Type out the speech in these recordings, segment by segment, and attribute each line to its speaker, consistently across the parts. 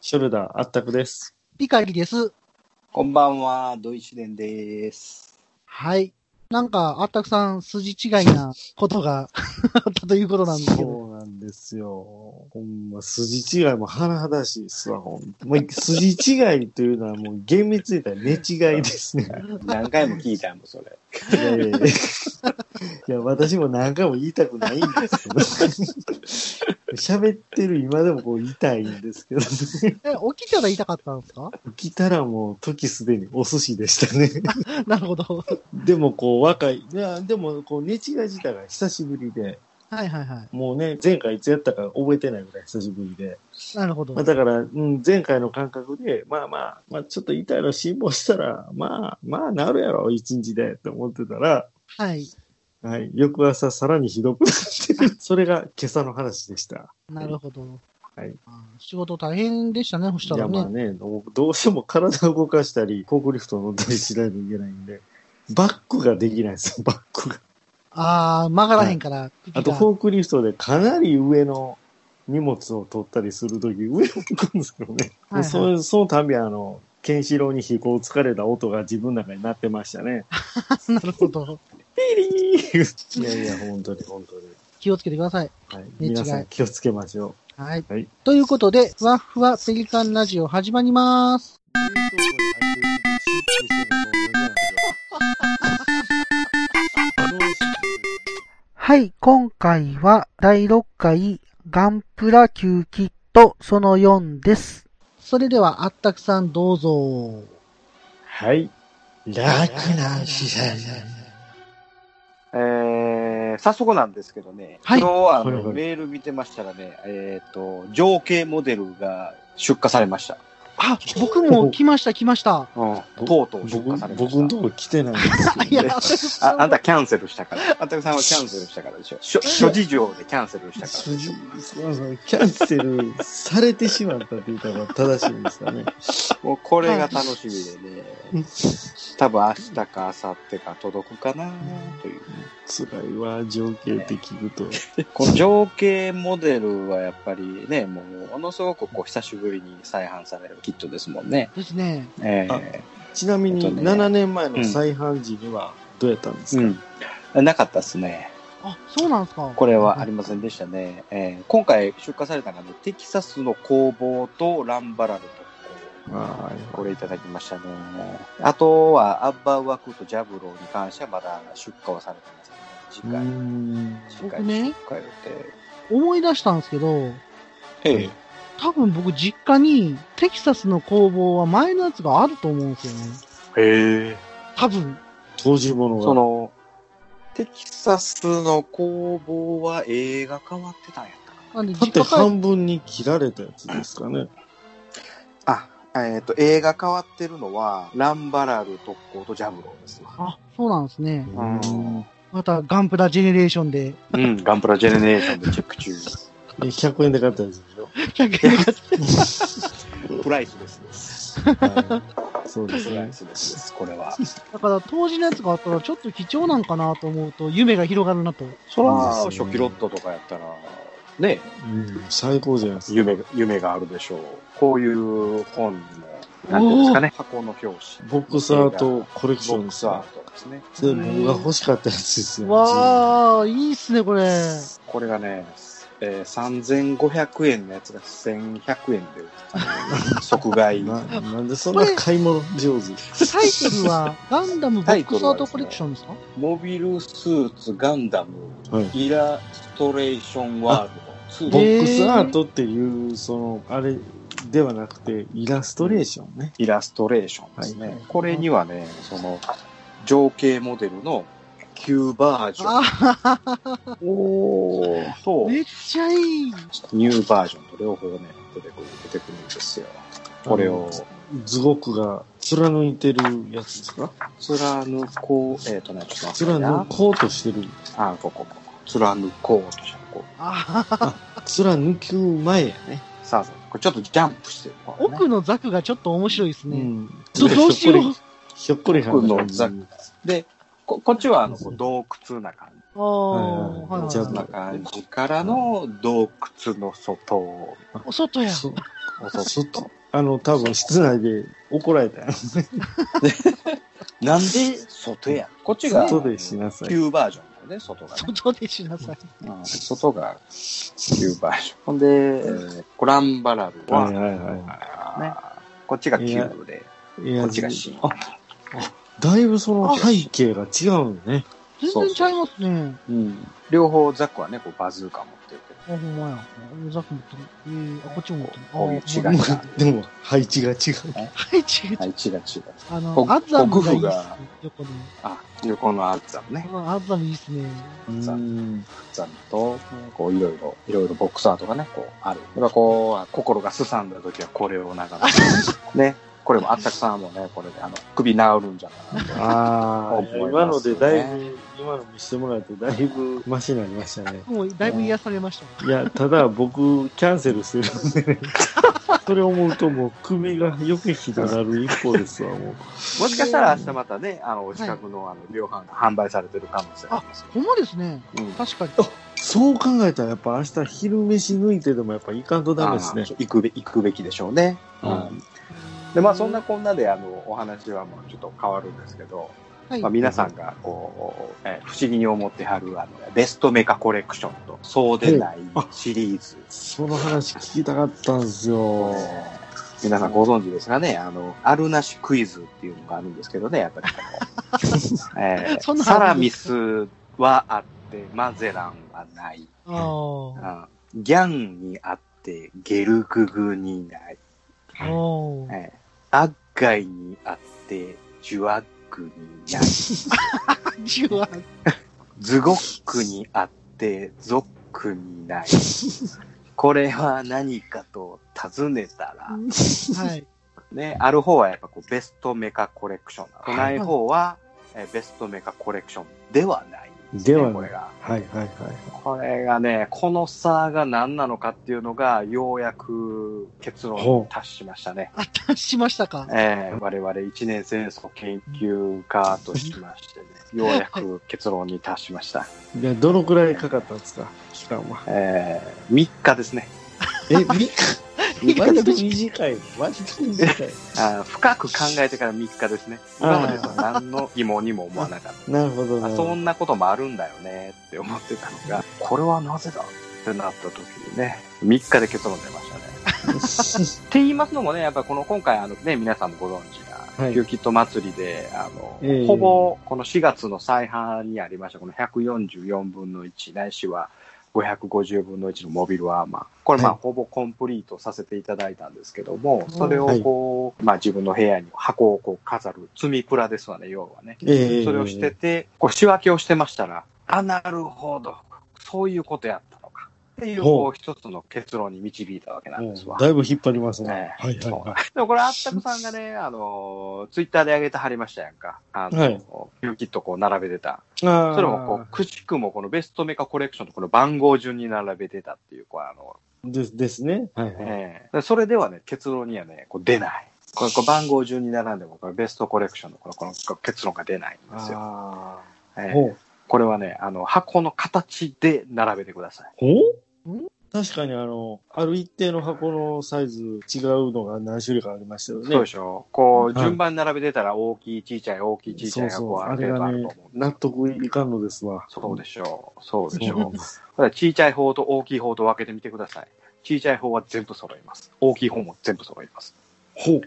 Speaker 1: ショルダーあったくです。
Speaker 2: ピカリです。
Speaker 3: こんばんは、ドイシデン です。
Speaker 2: はい。なんか、あったくさん、筋違いなことが あったということなんですけど。
Speaker 1: そうなんですよ。ほんま、筋違いも甚だしいっすわ、ほんともう筋違いというのはもう厳密に言ったら寝違いです ね。
Speaker 3: 何回も聞いたもん、それ。
Speaker 1: いやいやいやいや、私も何回も言いたくないんですけど。喋ってる今でもこう痛いんですけど、
Speaker 2: え、起きたら痛かったんですか
Speaker 1: 起きたらもう時すでにお寿司でしたね。
Speaker 2: なるほど。
Speaker 1: でもこう若い、いや、でもこう寝違い自体が久しぶりで、
Speaker 2: はいはいは
Speaker 1: もうね、前回いつやったか覚えてないぐらい久しぶりで。
Speaker 2: い。なるほど
Speaker 1: まあ、。だから、うん、前回の感覚で、まあまあ、まあちょっと痛いの辛抱したら、まあまあなるやろ、一日でって思ってたら、
Speaker 2: はい。
Speaker 1: はい、翌朝さらにひどくなってる。 それが今朝の話でした。
Speaker 2: なるほど。
Speaker 1: はい
Speaker 2: あ。仕事大変でしたね、そし
Speaker 1: い
Speaker 2: た
Speaker 1: や
Speaker 2: ら
Speaker 1: まあ
Speaker 2: ね。
Speaker 1: ね、どうどうしても体を動かしたり、フォークリフト乗ったりしないといけないんで、バックができないんですよ、 バックが。
Speaker 2: ああ、曲がらへんから。
Speaker 1: あとフォークリフトでかなり上の荷物を取ったりするとき、上を向くんですけどね。
Speaker 2: はいはい
Speaker 1: そのそのたびあの、ケンシロウに飛行疲れた音が自分の中になってましたね。
Speaker 2: ク なるほど。
Speaker 1: ピリーいやいや、本当に本当に。
Speaker 2: 気をつけてください。
Speaker 1: はい、
Speaker 2: 寝違い
Speaker 1: 皆さん気をつけましょ
Speaker 2: はい。
Speaker 1: はい
Speaker 2: ということで、ふわふわペリカンラジオ始まります。
Speaker 1: う。
Speaker 2: はい、今回は第6回ガンプラ級キットその4です。それではあったくさんどうぞ。
Speaker 1: はい。楽な視
Speaker 3: えー、早速なんですけどね、
Speaker 2: はい
Speaker 3: 今日はあの
Speaker 1: はいはい
Speaker 3: メール見てましたらね、えっ、と、情景モデルが出荷されました。
Speaker 2: あ、僕も来ました来ました。
Speaker 3: うん、とう
Speaker 1: 僕
Speaker 3: とう出荷され
Speaker 1: 僕、
Speaker 3: ました。
Speaker 1: 僕のとこ来てないんですけど
Speaker 2: いや、あったくさ
Speaker 3: あ
Speaker 2: ん。
Speaker 3: あんたキャンセルしたから。あたくさんはキャンセルしたからでしょ。諸諸事情でキャンセルしたか
Speaker 1: 筋すいませんキャンセルされてしまったって言ったら正しいんですかね。
Speaker 3: ら。もうこれが楽しみでね、多分明日か明後日か届くかなという。
Speaker 1: 辛いわ、情景って聞くと。
Speaker 3: この情景モデルはやっぱりね、もうものすごくこう久しぶりに再販されるキットですもんね。
Speaker 2: ですね。
Speaker 3: え
Speaker 1: あ
Speaker 3: え
Speaker 1: ちなみに
Speaker 3: えっとね
Speaker 1: 7年前の再販時にはどうやったんですか、
Speaker 3: うん。なかったですね。
Speaker 2: あ、そうなんですか。
Speaker 3: これはありませんでしたね。ええ今回出荷されたのはね、テキサスの工房とランバラルと。
Speaker 1: あ
Speaker 3: これいただきましたね。あとは、アッバーワクとジャブローに関してはまだ出荷はされてませんね。
Speaker 1: う
Speaker 3: 次
Speaker 1: ー
Speaker 3: 回、
Speaker 1: ん
Speaker 2: 僕
Speaker 3: 次回出荷
Speaker 2: ね
Speaker 3: 予
Speaker 2: 思い出したんですけど、
Speaker 3: 定。ええ
Speaker 2: 多分僕実家にテキサスの工房は前のやつがあると思うんですよね。
Speaker 3: へえ。
Speaker 2: 多分。
Speaker 1: 当時ものが。
Speaker 3: その、テキサスの工房は映画変わってたんやったか
Speaker 2: なんで
Speaker 1: だって
Speaker 2: 実家帰
Speaker 1: 半分に切られたやつですかね。
Speaker 3: な。あ、えっ、と、映画変わってるのは、ランバラル特攻とジャブローですわ。
Speaker 2: あ、そうなんですね。
Speaker 3: ん
Speaker 2: またガンプラジェネレーション で。
Speaker 3: うん、ガンプラジェネレーションでチェック中。
Speaker 1: で100円で買ったやつでし ょ。
Speaker 2: 100円が
Speaker 3: プライスですです。
Speaker 1: はい、そうです
Speaker 3: プラ
Speaker 1: ね
Speaker 3: イ。スですです、これは。
Speaker 2: だから当時のやつがあったらちょっと貴重なんかなと思うと夢が広がるなと。
Speaker 3: そら、
Speaker 1: そうですね
Speaker 3: 初期ロットとかやったら、ね、
Speaker 1: うん、最高じゃないですか。
Speaker 3: 夢が、夢があるでしょう。こういう本の、なんていうんですかね、箱の表紙。
Speaker 1: ボックスアートコレクシ
Speaker 3: ボ
Speaker 1: ョン
Speaker 3: ッ
Speaker 1: で
Speaker 3: ク
Speaker 1: す
Speaker 3: スアー
Speaker 1: か。
Speaker 3: トですね。
Speaker 1: それ僕が欲しかったやつですよ。
Speaker 2: わー、いいっすね、これ。
Speaker 3: これがね、えー、3500円のやつが1100円で 売った。即買い。
Speaker 1: ななんでそんな買い物上手
Speaker 2: タイトル は、ガンダムボックスアートコレクションですか
Speaker 3: モビルスーツガンダム
Speaker 1: はい
Speaker 3: イラストレーションワールド2。
Speaker 1: ボ
Speaker 3: ボ
Speaker 1: ックスアートっていう、その、あれではなくて、イラストレーションね。
Speaker 3: イラストレーションですね。
Speaker 1: はい
Speaker 3: これにはね、その、情景モデルの旧バージョン
Speaker 2: あ
Speaker 3: おーと
Speaker 2: ー、、めっちゃいい。
Speaker 3: ニューバージョンと両方ね、出てくる、出てくるんですよ。これを。
Speaker 1: ズゴクが貫いてるやつですか
Speaker 3: 貫こう、えっ、とね、ちょっと待ってな
Speaker 1: 貫こうとしてる。
Speaker 3: あ、ここ、ここ。貫こうとしたこう。
Speaker 2: あー
Speaker 1: 貫く前やね。
Speaker 3: さあさあ、これちょっとジャンプしてる。
Speaker 2: 奥のザクがちょっと面白いですね。
Speaker 1: ん。
Speaker 2: どどうしよう。
Speaker 1: ひょっこり。ひょっこりはん
Speaker 3: ザで、こ、こっちはあの、こう洞窟な感じ。
Speaker 2: あー、
Speaker 1: はい
Speaker 2: は
Speaker 1: はい
Speaker 2: い
Speaker 1: じゃ
Speaker 3: 洞窟
Speaker 2: は
Speaker 3: な感じからの洞窟の外。
Speaker 2: い。お外や。
Speaker 1: そうちょっと、あの、多分室内で怒られたよ。
Speaker 3: なんで外やこっちが
Speaker 1: 外でしなさい。
Speaker 3: 旧バージョンだよね、外がね、
Speaker 2: 外でしなさい。
Speaker 3: うん外が旧バージョン。ほんで、えーコランバラルは、
Speaker 1: はいはいはいは
Speaker 3: あーこっちが旧で、
Speaker 1: いや
Speaker 3: こっちが新。
Speaker 1: あだいぶその背景が違うのね。
Speaker 2: 全然ちゃいますね。
Speaker 3: うん、両方ザックはね、こうバズーカ持ってるけど。
Speaker 2: あ、ほんまや。ザク持ってる。えー、あ、こっちも持ってる。
Speaker 3: こういう違い
Speaker 2: あほ
Speaker 3: が
Speaker 2: んまや
Speaker 1: でも、配置が違う。
Speaker 2: はい、違う
Speaker 3: は
Speaker 2: 違
Speaker 3: い、
Speaker 2: う。
Speaker 3: 違う違う。
Speaker 2: あ
Speaker 3: こ
Speaker 2: の、アザムがいいっ
Speaker 3: 国
Speaker 2: す
Speaker 3: 父が
Speaker 2: ね。横の。
Speaker 3: あ、横のアッザムね。
Speaker 2: あアザムいいっすね。
Speaker 1: うん。
Speaker 3: アッザムと、こういろいろ、いろいろボックスアートがね、こうある。やっぱこう、心がすさんだ時はこれを 眺める。ね。これもあったくさんもね、これで、あの、首治るんじゃないかなと。
Speaker 1: ああ、
Speaker 3: 思 いますね
Speaker 1: 今のでだいぶ、今の見せてもらってだいぶマシになりましたね。
Speaker 2: もう、だいぶ癒されました。
Speaker 1: いや、ただ僕、キャンセルするん でね。それ思うともう首がよくひどなる一方ですわ、もう。
Speaker 3: もしかしたら明日またね、あの、お近くの、あの、量販が販売されてる可能性がありますよ。
Speaker 2: ほんまですね。
Speaker 3: うん
Speaker 2: 確かに。
Speaker 1: そう考えたらやっぱ明日昼飯抜いてでもやっぱいかんとダメですね
Speaker 3: あ。ー行くべ、行くべきでしょうね。
Speaker 1: う
Speaker 3: うんん。で、まあ、そんなこんなで、あの、お話はもうちょっと変わるんですけど、
Speaker 2: はい
Speaker 3: まあ、。皆さんがこう、えー不思議に思ってはるあのベストメカコレクションとそうでないシリーズ、
Speaker 1: その話聞きたかったんですよ。
Speaker 3: えー皆さんご存知ですがねあのあるなしクイズっていうのがあるんですけどねやっぱりこ の、えー
Speaker 2: そんなの
Speaker 3: サ
Speaker 2: ある
Speaker 3: ラ
Speaker 2: んで
Speaker 3: ミ
Speaker 2: すか
Speaker 3: スはあってマゼランはない、
Speaker 2: ああ。
Speaker 3: あギャンにあってゲルググにない、
Speaker 2: あー
Speaker 3: えーアッガイにあってジュアッグにない
Speaker 2: じわ
Speaker 3: ズゴックにあって、ゾックにない。これは何かと尋ねたら、
Speaker 2: はい。
Speaker 3: ね、ある方はやっぱこうベストメカコレクションなの。ない方は、えベストメカコレクションではない、
Speaker 1: ではない
Speaker 3: これが。
Speaker 1: はいはいはい。
Speaker 3: これがね、この差が何なのかっていうのが、ようやく結論に達しましたね。
Speaker 2: あ、達しましたか。
Speaker 3: えー我々一年生の研究家としましてね、ようやく結論に達しました。
Speaker 1: で、どのくらいかかったんですか期間は。
Speaker 3: えー、3日ですね。
Speaker 1: え、3日 割と短い。割と短い。
Speaker 3: あー深く考えてから3日ですね。今までと何の疑問にも思わなかっ
Speaker 1: なるほど
Speaker 3: た。
Speaker 1: な
Speaker 3: あそんなこともあるんだよねって思ってたのが、これはなぜだってなった時にね、3日で結論出ましたね。って言いますのもね、やっぱりこの今回あのね、皆さんもご存知
Speaker 1: は
Speaker 3: な、
Speaker 1: い
Speaker 3: キューキット祭りで、あの、
Speaker 1: ええ
Speaker 3: ほぼこの4月の再販にありました、この144分の1、ないしは550分の1のモビルアーマー。これまあ、
Speaker 1: は
Speaker 3: ほぼコンプリートさせていただいたんですけども、
Speaker 2: ん
Speaker 3: それをこう、まあ自分の部屋に箱をこう飾る、積みプラですわね、要はね。
Speaker 1: ええ
Speaker 3: それをしてて、こう仕分けをしてましたら、あ、なるほど、そういうことやったのか。っていう、
Speaker 1: ほう
Speaker 3: こう一つの結論に導いたわけなんですわ。
Speaker 1: だいぶ引っ張りますね。
Speaker 3: ね
Speaker 1: はいはい
Speaker 3: そう
Speaker 1: は
Speaker 3: でもこれ、あったくさんがね、あの、ツイッターで上げてはりましたやんか。あの、
Speaker 1: はい
Speaker 3: キューキットこう並べてた。
Speaker 1: い。あー
Speaker 3: それもこう、くしくもこのベストメカコレクションとこの番号順に並べてたっていう、こう、あの、
Speaker 1: ですですね。はいはい。
Speaker 3: ええでそれではね、結論にはね、こう出ない。これこう番号順に並んでも、これベストコレクションのこのこのこう結論が出ないんですよ。
Speaker 1: あ
Speaker 3: え
Speaker 1: ー
Speaker 3: え
Speaker 1: ほう。
Speaker 3: これはね、あの、箱の形で並べてください。
Speaker 1: ほ
Speaker 2: ん
Speaker 1: う確かにあの、ある一定の箱のサイズ違うのが何種類かありましたよね。
Speaker 3: そうでしょこう、
Speaker 1: はい
Speaker 3: 順番に並べてたら大きい、小さい、大きい、小さいが
Speaker 1: そう
Speaker 3: こ、
Speaker 1: そうう。
Speaker 3: あ
Speaker 1: あ
Speaker 3: る
Speaker 1: れ
Speaker 3: 程度
Speaker 1: が
Speaker 3: あると
Speaker 1: ね
Speaker 3: 思う、。
Speaker 1: 納得いかんのですわ。
Speaker 3: そうでしょう。そうでし
Speaker 1: そ
Speaker 3: ょ
Speaker 1: う
Speaker 3: う
Speaker 1: で。す。
Speaker 3: ただ小さい方と大きい方と分けてみてください。小さい方は全部揃います。大きい方も全部揃います。
Speaker 1: ほう。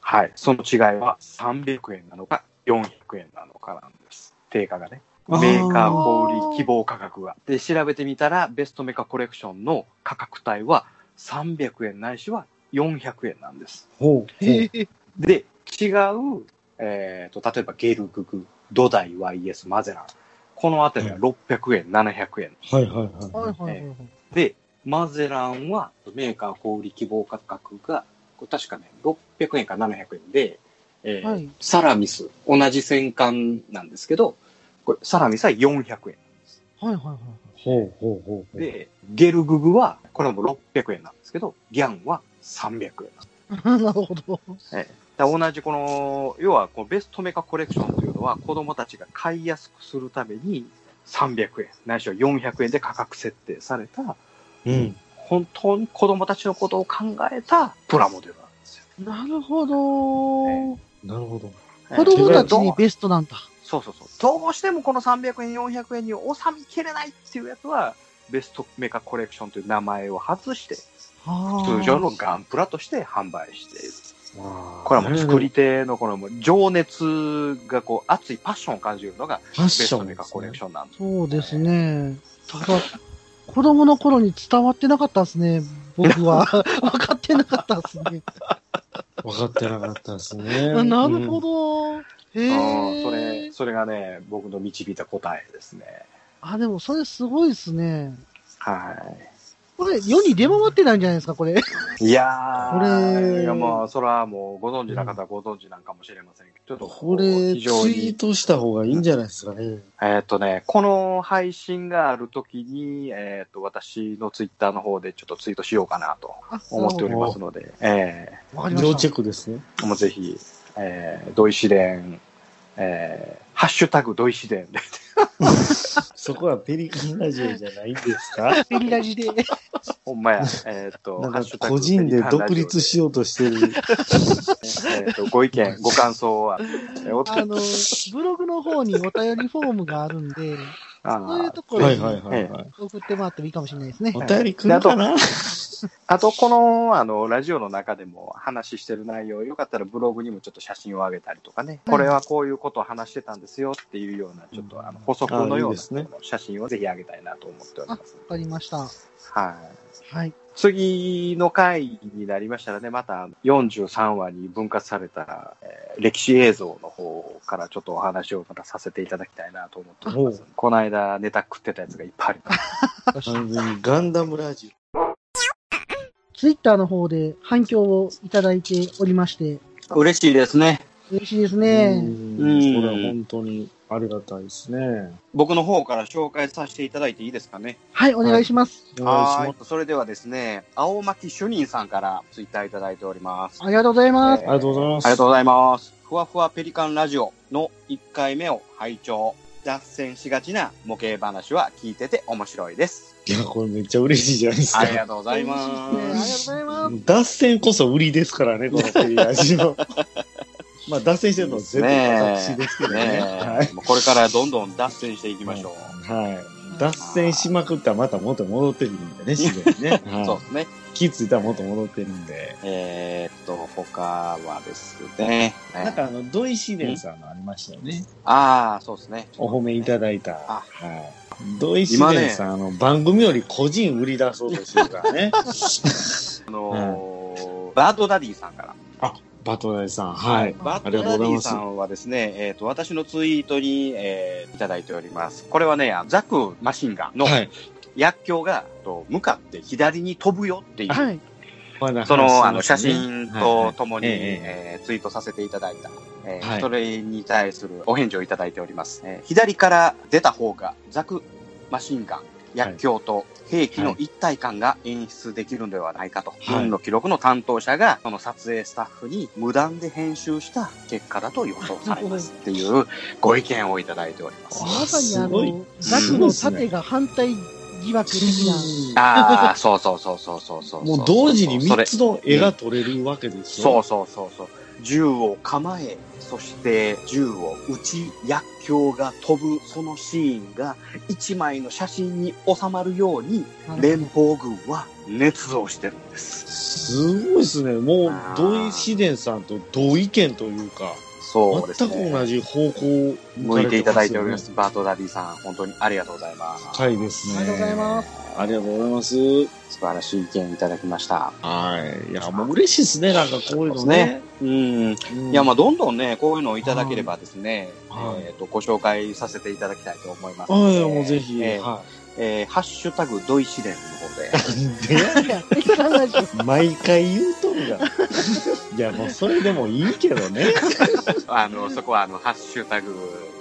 Speaker 3: はい。その違いは300円なのか400円なのかなんです。定価がね。メ
Speaker 1: あー
Speaker 3: ーカー小売希望価格が。で、調べてみたら、ベストメカコレクションの価格帯は300円ないしは400円なんです。
Speaker 1: ほう。
Speaker 2: へえ。
Speaker 3: で、違う、えーと、例えばゲルググ、ドダイ YS マゼラン。このあたりは600円、700円。
Speaker 1: はいはいはい。
Speaker 2: はいはいはいはい。
Speaker 3: で、マゼランはメーカー小売希望価格が、これ確かね、600円か700円で、えー
Speaker 2: はい
Speaker 3: サラミス、同じ戦艦なんですけど、これサラミスは400円。
Speaker 2: はいはいはい。
Speaker 1: ほうほうほうほう。
Speaker 3: で、ゲルググは、これも600円なんですけど、ギャンは300円なんで す。
Speaker 2: なるほど。
Speaker 3: だから同じこの、要はこうベストメカコレクションというのは、子供たちが買いやすくするために、300円、ないしは400円で価格設定された
Speaker 1: うん。
Speaker 3: 本当に子供たちのことを考えたプラモデルなんですよ。
Speaker 2: なるほど、
Speaker 3: え
Speaker 1: なるほど。
Speaker 2: 子供たち
Speaker 3: え
Speaker 2: に
Speaker 3: ー
Speaker 2: ベストなんだ。
Speaker 3: そうそうそう。どうしてもこの300円、400円に収めきれないっていうやつは、ベストメカコレクションという名前を外して、通
Speaker 2: 通
Speaker 3: 常のガンプラとして販売している。こ
Speaker 1: こ
Speaker 3: れはもう作り、手のこのもう情熱がこう熱いパッションを感じるのが
Speaker 1: ファッ
Speaker 3: ベス
Speaker 1: ショ
Speaker 3: ト
Speaker 1: ン
Speaker 3: メ
Speaker 1: で
Speaker 3: カ
Speaker 1: す
Speaker 3: コ
Speaker 1: ね
Speaker 3: レクションなんです。
Speaker 2: そうですね。ただ、子供の頃に伝わってなかったですね。僕 は。分かってなかったですね。
Speaker 1: 分かってなかったですね。
Speaker 2: あ なるほど。へ
Speaker 3: うん
Speaker 2: え。
Speaker 3: それ、それがね、僕の導いた答えですね。
Speaker 2: あ、でもそれすごいですね。
Speaker 3: は
Speaker 2: これ、世に出回ってないんじゃないですか、これ。
Speaker 3: い。いやー、
Speaker 1: これ
Speaker 3: いやまあ、それはもうご存知な方はご存知なんかもしれませんけど、ちょ
Speaker 1: うん。
Speaker 3: っと
Speaker 1: これ、ツ
Speaker 3: 非
Speaker 1: イ
Speaker 3: 常
Speaker 1: ー
Speaker 3: に、
Speaker 1: トした方がいいんじゃないですかね。
Speaker 3: えっとね、この配信がある時に、えっと、私のツイッターの方でちょっとツイートしようかなと
Speaker 2: あ
Speaker 3: 思っておりますので、ええ
Speaker 2: わかりま
Speaker 1: 要
Speaker 2: し
Speaker 1: チェ
Speaker 2: た。
Speaker 1: ックですね。
Speaker 3: もうぜひ、えー、土井試練、えー、ハッシュタグ土井試練で、
Speaker 1: そこはペリカンラジオじゃないんですか
Speaker 2: ペリラジで。
Speaker 3: ほんまや、えーっと、
Speaker 1: な
Speaker 3: ハッ
Speaker 1: ん
Speaker 3: シ
Speaker 1: か
Speaker 3: ュタグ
Speaker 1: 個人で独立し
Speaker 3: よ
Speaker 1: ようとしてる。
Speaker 3: う。えーっと、ご意見、ご感想は、えーお
Speaker 2: あの、ブログの方にお便りフォームがあるん で、
Speaker 3: あ
Speaker 2: そういうところ
Speaker 1: は
Speaker 2: に
Speaker 1: いはいはいはい。
Speaker 2: 送ってもらってもいいかもしれないですね
Speaker 1: お。便り来るかな
Speaker 3: あと、この、あの、ラジオの中でも話してる内容、よかったらブログにもちょっと写真を上げたりとかね、これはこういうことを話してたんですよっていうような、ちょっと、あの、補足のよう
Speaker 1: あいいですね
Speaker 3: なこの写真をぜひ上げたいなと思っております。
Speaker 2: わかりました。
Speaker 3: はい。
Speaker 2: はい。
Speaker 3: 次の回になりましたらね、また43話に分割された、えー歴史映像の方からちょっとお話をまたさせていただきたいなと思っております。この間ネタ食ってたやつがいっぱいあります。
Speaker 1: 完全にガンダムラジ
Speaker 2: ツイッターの方で反響をいただいておりまして、
Speaker 3: 嬉しいですね。
Speaker 2: 嬉しいです
Speaker 1: オ。う
Speaker 2: ね。
Speaker 1: ん
Speaker 3: うん
Speaker 1: これは本当にありがたいですね。
Speaker 3: 僕の方から紹介させていただいていいですかね。
Speaker 2: はい、お願いします。
Speaker 1: お願いします。
Speaker 3: い。それではですね、青巻主任さんからツイッターいただいております。
Speaker 2: ありがとうございます。
Speaker 1: ありがとうございます。
Speaker 3: ありがとうございます。ふわふわペリカンラジオの1回目を拝聴。脱線しがちな模型話は聞いてて面白いです。
Speaker 1: いや、これめっちゃ嬉しいじゃないですか
Speaker 3: あ。りがとうございま
Speaker 2: 嬉しい
Speaker 3: す。
Speaker 2: ですねありがとうございます。
Speaker 1: 脱線こそ売りですからね、このペリラジオ。まあ、脱線してるのは全部私ですけどね。
Speaker 3: ね
Speaker 1: は
Speaker 3: え、もうこれからどんどん脱線していきましょう。
Speaker 1: い。はい。脱線しまくったらまた元に戻ってるんでね、自然 にね。
Speaker 3: そう
Speaker 1: は
Speaker 3: ですね。
Speaker 1: い。気づいたら元に戻ってるんで。
Speaker 3: えーっと、他はですね。
Speaker 1: なんかあの、土井紫蓮さんのありましたよね。
Speaker 3: ああ、そうですね。
Speaker 1: お褒めいただいた。
Speaker 3: あ
Speaker 1: はい。土井紫蓮さん、あの、番組より個人売り出そうとしてるからね。
Speaker 3: あのーバードダディさんから。
Speaker 1: バトダイさん、はい。
Speaker 3: バ
Speaker 1: あ
Speaker 3: ッ
Speaker 1: りが
Speaker 3: ド
Speaker 1: と
Speaker 3: ダ
Speaker 1: うご
Speaker 3: デ
Speaker 1: ざい
Speaker 3: ィ
Speaker 1: ます
Speaker 3: さ。んはですね、えーっと、私のツイートに、えーいただいております。これはね、あのザクマシンガンの
Speaker 1: はい。
Speaker 3: 薬莢が、と向かって左に飛ぶよっていう、
Speaker 2: はい。
Speaker 1: まだ話
Speaker 3: そ
Speaker 1: して
Speaker 3: の、あの、
Speaker 1: まし
Speaker 3: 写
Speaker 1: たね
Speaker 3: 真とともに、
Speaker 1: はいはいえ
Speaker 3: えーツイートさせていただいた、えー
Speaker 1: はい
Speaker 3: それに対するお返事をいただいております。えー左から出た方が、ザク、マシンガン、薬莢と兵器の一体感が演出できるのではないかと、
Speaker 1: はい
Speaker 3: 軍の記録の担当者が、その撮影スタッフに無断で編集した結果だと予想されますっていうご意見をいただいております。
Speaker 1: あ
Speaker 2: まさに
Speaker 1: す
Speaker 2: あ
Speaker 1: ごい
Speaker 2: の、ザクの盾が反対疑惑的な。
Speaker 3: ああ、そうそうそうそうそうそうそう。
Speaker 1: もう同時に
Speaker 3: それ
Speaker 1: 3つの絵が撮れるわけです
Speaker 3: そ
Speaker 1: よ。
Speaker 3: うそうそうそう。銃を構え、そして銃を撃ち、薬莢が飛ぶ、そのシーンが一枚の写真に収まるように、連邦軍は捏造してるんです。
Speaker 1: すごいですね。もう
Speaker 3: あ、ー
Speaker 1: 土井紫伝さんと同意見というか、
Speaker 3: そうです
Speaker 1: 全く同
Speaker 3: ね。
Speaker 1: じ方向を
Speaker 3: 向いていただいております。
Speaker 1: 向
Speaker 3: バートダディさん、本当にありがとうございます。
Speaker 1: かれてますよね。。
Speaker 2: ありがとうございます
Speaker 1: ありがとうございます。
Speaker 3: 素晴らしい意見いただきました。
Speaker 1: はい。いや、もう嬉しいですね。なんかこういうのね。
Speaker 3: うん。
Speaker 1: うん
Speaker 3: いや、まあ、どんどんね、こういうのをいただければですね、
Speaker 1: はい
Speaker 3: えっ、と、ご紹介させていただきたいと思います。
Speaker 1: はい、もうぜひ。
Speaker 3: えー
Speaker 1: は
Speaker 3: えーハッシュタグ、ドイシデンの方
Speaker 1: い。
Speaker 3: で。
Speaker 1: で、
Speaker 2: ペリカンラジ オ
Speaker 1: 毎回言うとるが。 いや、もうそれでもいいけどね。
Speaker 3: あの、そこは、あの、ハッシュタグ、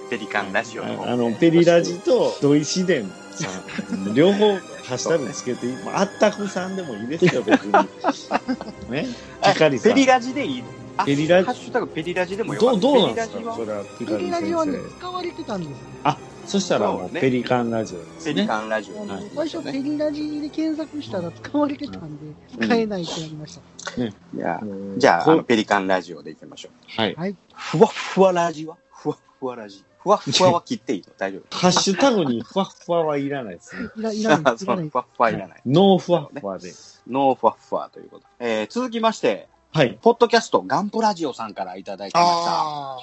Speaker 3: ペリカンラジオの方
Speaker 1: あの、ペリラジと土井紫伝さん、 両方ハッシュタグつけていい。まああったくさんでもいいですよ、 別に。ね。
Speaker 3: あ
Speaker 1: ピカリさん
Speaker 3: ペリラジでいい。あ
Speaker 1: ペリラジ
Speaker 3: ハッシュタグペリラジでもよ
Speaker 1: ど
Speaker 3: かっ
Speaker 1: う、
Speaker 3: た
Speaker 1: どうなんです
Speaker 3: ペリラ
Speaker 1: かそ
Speaker 3: ジは
Speaker 1: れはピカ
Speaker 2: ペ
Speaker 1: リ先
Speaker 2: リラジオに
Speaker 1: 生。
Speaker 2: 使われてたんです。
Speaker 1: そしたらも
Speaker 3: そううね
Speaker 1: ペリカンラジオです
Speaker 3: ペ
Speaker 1: ね。
Speaker 3: リカンラジ
Speaker 2: あの
Speaker 3: オなんで
Speaker 2: 最
Speaker 3: すよ
Speaker 2: 初、ペ
Speaker 3: ね。
Speaker 2: リラジで検索したら使われてたんで、
Speaker 3: うん
Speaker 2: 使えないってなりました。
Speaker 3: いや
Speaker 1: うん
Speaker 3: じゃあ、あの
Speaker 1: こ
Speaker 3: ペリカンラジオでいきましょう。
Speaker 1: はい。
Speaker 2: はい。
Speaker 3: ふわっふわラジはふわっふわラジ。ふわっふわは切っていいの大丈夫。
Speaker 1: ハッシュタグにふわっふわはいらないですね。
Speaker 2: いらい らないです。い
Speaker 3: そ
Speaker 2: ら
Speaker 3: う
Speaker 2: ないで
Speaker 3: ふわっふわいらない。
Speaker 1: ノーふわっふわで。
Speaker 3: ノーふわっふわということ。えー続きまして、
Speaker 1: はい。
Speaker 3: ポッドキャストガンプラジオさんからいただきました。
Speaker 1: あ。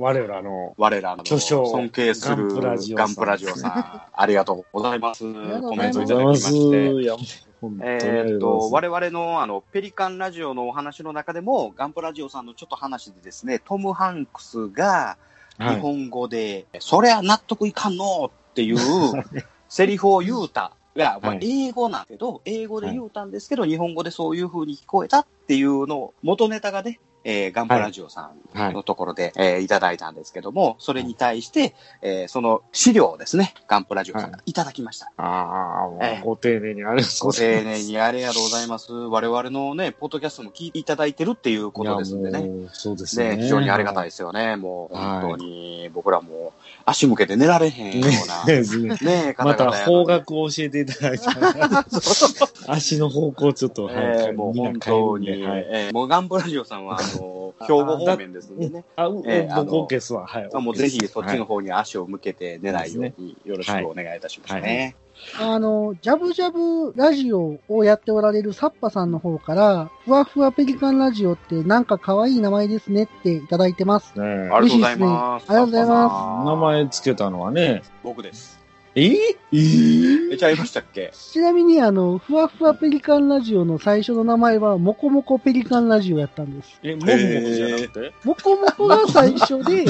Speaker 1: 我らの、
Speaker 3: 我らの
Speaker 1: 巨匠
Speaker 3: 尊敬する
Speaker 1: ガンプラジオさ
Speaker 3: ガ
Speaker 1: ん
Speaker 3: ンプラジオさん、ありがとうございます。
Speaker 2: がとう
Speaker 3: コ
Speaker 2: ご
Speaker 1: あ
Speaker 2: ざ
Speaker 3: メ
Speaker 1: りが
Speaker 3: ント
Speaker 1: と
Speaker 3: いうただき
Speaker 1: ご
Speaker 3: ま
Speaker 1: ざ
Speaker 3: し
Speaker 1: いま
Speaker 3: て
Speaker 1: す。。いや、本当にありが
Speaker 3: えーっ
Speaker 1: と
Speaker 3: と、
Speaker 1: うござい
Speaker 3: 我々のあの、ペリカンラジオのお話の中でも、ガンプラジオさんのちょっと話でですね、トム・ハンクスが
Speaker 1: ます
Speaker 3: 日本語で、そりゃ納得いかんのっ ていうセリフを言うた。いや、まあ
Speaker 1: はい
Speaker 3: 英語なんだけど、英語で言うたんですけど、日本語でそういう風に聞こえたっていうのを、元ネタがね、えーガンプラジオさん
Speaker 1: はい。は
Speaker 3: のところで、えーいただいたんですけども、それに対して、えーその資料をですね、ガンプラジオさんがいただきました。
Speaker 1: い。ああ、も
Speaker 3: ええ
Speaker 1: うご丁寧にありがとうご
Speaker 3: ご
Speaker 1: ざ
Speaker 3: 丁
Speaker 1: いま
Speaker 3: 寧
Speaker 1: す。
Speaker 3: にありがとうございます。我々のね、ポッドキャストも聞いていただいてるっていうことですんで
Speaker 1: いや
Speaker 3: ね。
Speaker 1: もうそうです
Speaker 3: ね
Speaker 1: ね。
Speaker 3: 非常にありがたい
Speaker 1: い。
Speaker 3: ですよね。もう
Speaker 1: はい
Speaker 3: 本当に、僕らも足向けて寝られへんような。ね
Speaker 1: です ね。
Speaker 3: え、
Speaker 1: また方
Speaker 3: 方 角
Speaker 1: 角を教えていただいたら、足の方向ちょっと、はい
Speaker 3: えー、もう
Speaker 1: みん
Speaker 3: 本
Speaker 1: な変える
Speaker 3: 当
Speaker 1: ん
Speaker 3: に、
Speaker 1: で、はい。
Speaker 3: えーもうガンプラジオさんは、あ の、兵庫方面ですんでね。
Speaker 1: あ、う
Speaker 3: えーあの
Speaker 1: 僕オーケースは、はい。
Speaker 3: あもうぜひそっちの
Speaker 1: 方。
Speaker 3: 方に足を向けて出ないようによろしくお願いいたしますね。
Speaker 2: す。あの、ジャブジャブラジオをやっておられるサッパさんの方から、ふわふわペリカンラジオってなんか可愛い名前ですねっていただいてます。
Speaker 1: ねえ
Speaker 3: ありがと
Speaker 2: 嬉
Speaker 3: うございます。
Speaker 2: しいですねありがとうございま
Speaker 1: 名前つけたのはね、
Speaker 3: 僕です。
Speaker 1: えー、え
Speaker 3: え、ちゃいましたっけ
Speaker 2: ちなみに、あの、ふわふわペリカンラジオの最初の名前は、もこもこペリカンラジオやったんです。
Speaker 1: え、もふもふじゃなくて、
Speaker 2: もこもこが最初 で、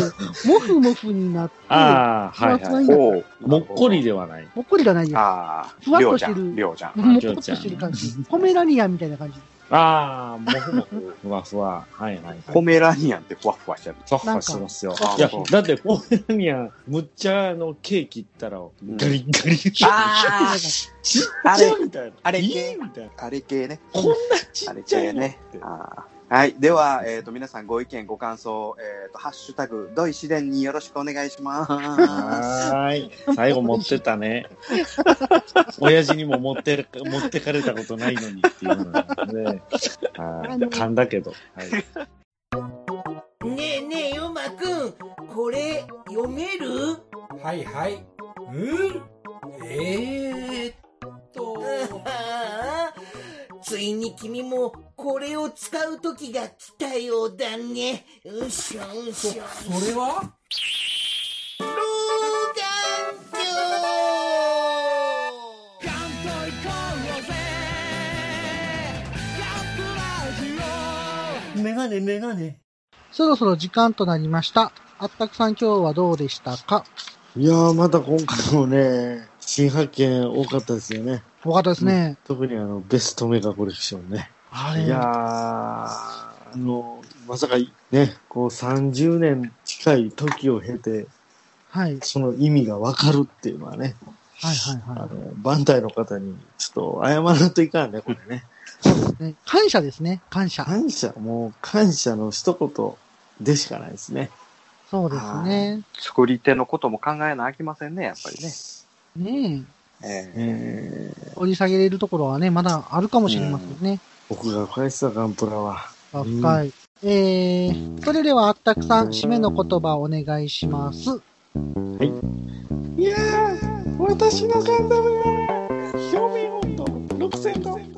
Speaker 2: もふもふになって、
Speaker 1: ああ、はい
Speaker 2: ふわふわ
Speaker 1: はい
Speaker 2: に。なっ
Speaker 3: おう
Speaker 1: もっこりではない。
Speaker 2: もっこりがないです。
Speaker 3: ああ、
Speaker 2: ふわっ
Speaker 3: りょ
Speaker 2: と
Speaker 3: う
Speaker 2: し
Speaker 3: ち
Speaker 2: て
Speaker 3: ゃ
Speaker 2: る
Speaker 3: ん、りょうちゃん。
Speaker 2: もこっとしてる感じ。ポメラニアンみたいな感じ。
Speaker 1: ああ、もふもふ、ふわ ふわ。はいはいはい。
Speaker 3: ポメラニアンってふわふわしちゃう。
Speaker 1: ふわふわしてますよ
Speaker 3: なんか。
Speaker 1: いや
Speaker 3: そう、
Speaker 1: だって、ポメラニアン、むっちゃ、あの、ケーキいったら、ガリッガリ。ちっち
Speaker 3: あ
Speaker 1: ゃみたいな。
Speaker 3: あれ
Speaker 1: いいみたいな。
Speaker 3: あ、あれ系ね。
Speaker 1: こんなち
Speaker 3: あ
Speaker 1: っ
Speaker 3: れ
Speaker 1: ちゃ
Speaker 3: 系
Speaker 1: いのっ
Speaker 3: ね
Speaker 1: て。。
Speaker 3: あーはい。では、えっ、と、皆さんご意見、ご感想、えっ、と、ハッシュタグ、ドイシデンによろしくお願いします。
Speaker 1: はーい。最後持ってたね。 親父にも持ってる、持ってかれたことないのにっていうのがね。は
Speaker 2: あ
Speaker 1: い
Speaker 2: の
Speaker 1: 噛んだけど。はい
Speaker 4: ねえねえ、ヨマくん、これ、読める
Speaker 5: はいはい。うんえー、っと。
Speaker 4: ああ ついに君も、これを使う時が来たようだね。うしょう
Speaker 5: そ、そ
Speaker 4: し
Speaker 5: れ
Speaker 4: ょ。
Speaker 5: は
Speaker 4: 老眼鏡メガネメガネ。
Speaker 2: そろそろ時間となりました。あったくさん今日はどうでしたか
Speaker 1: いやー、また今回もね、新発見多かったですよね。
Speaker 2: よかったですね。
Speaker 1: 特にあの、ベストメガコレクションね。
Speaker 2: あ
Speaker 1: い
Speaker 2: れ、
Speaker 1: やー、あの、まさかね、こう30年近い時を経て、
Speaker 2: はい。はい
Speaker 1: その意味がわかるっていうのはね、
Speaker 2: はいは
Speaker 1: あ
Speaker 2: い。
Speaker 1: の、バンダイの方にちょっと謝らんといかんね、これね。
Speaker 2: ね感謝ですね。感謝。
Speaker 1: 感謝、もう感謝の一言でしかないですね。
Speaker 2: そうですね。
Speaker 3: 作り手のことも考えなあきませんね、やっぱりね。
Speaker 2: ね
Speaker 3: ええ
Speaker 1: えー
Speaker 2: え、掘り下げれるところはね、まだあるかもしれませんね。
Speaker 1: 僕が返したガンプラは、
Speaker 2: あ
Speaker 1: うん
Speaker 2: 深い。えー、それではあったくさん、締めの言葉をお願いします。
Speaker 6: いやー、私のガンダムは表面温度6000度、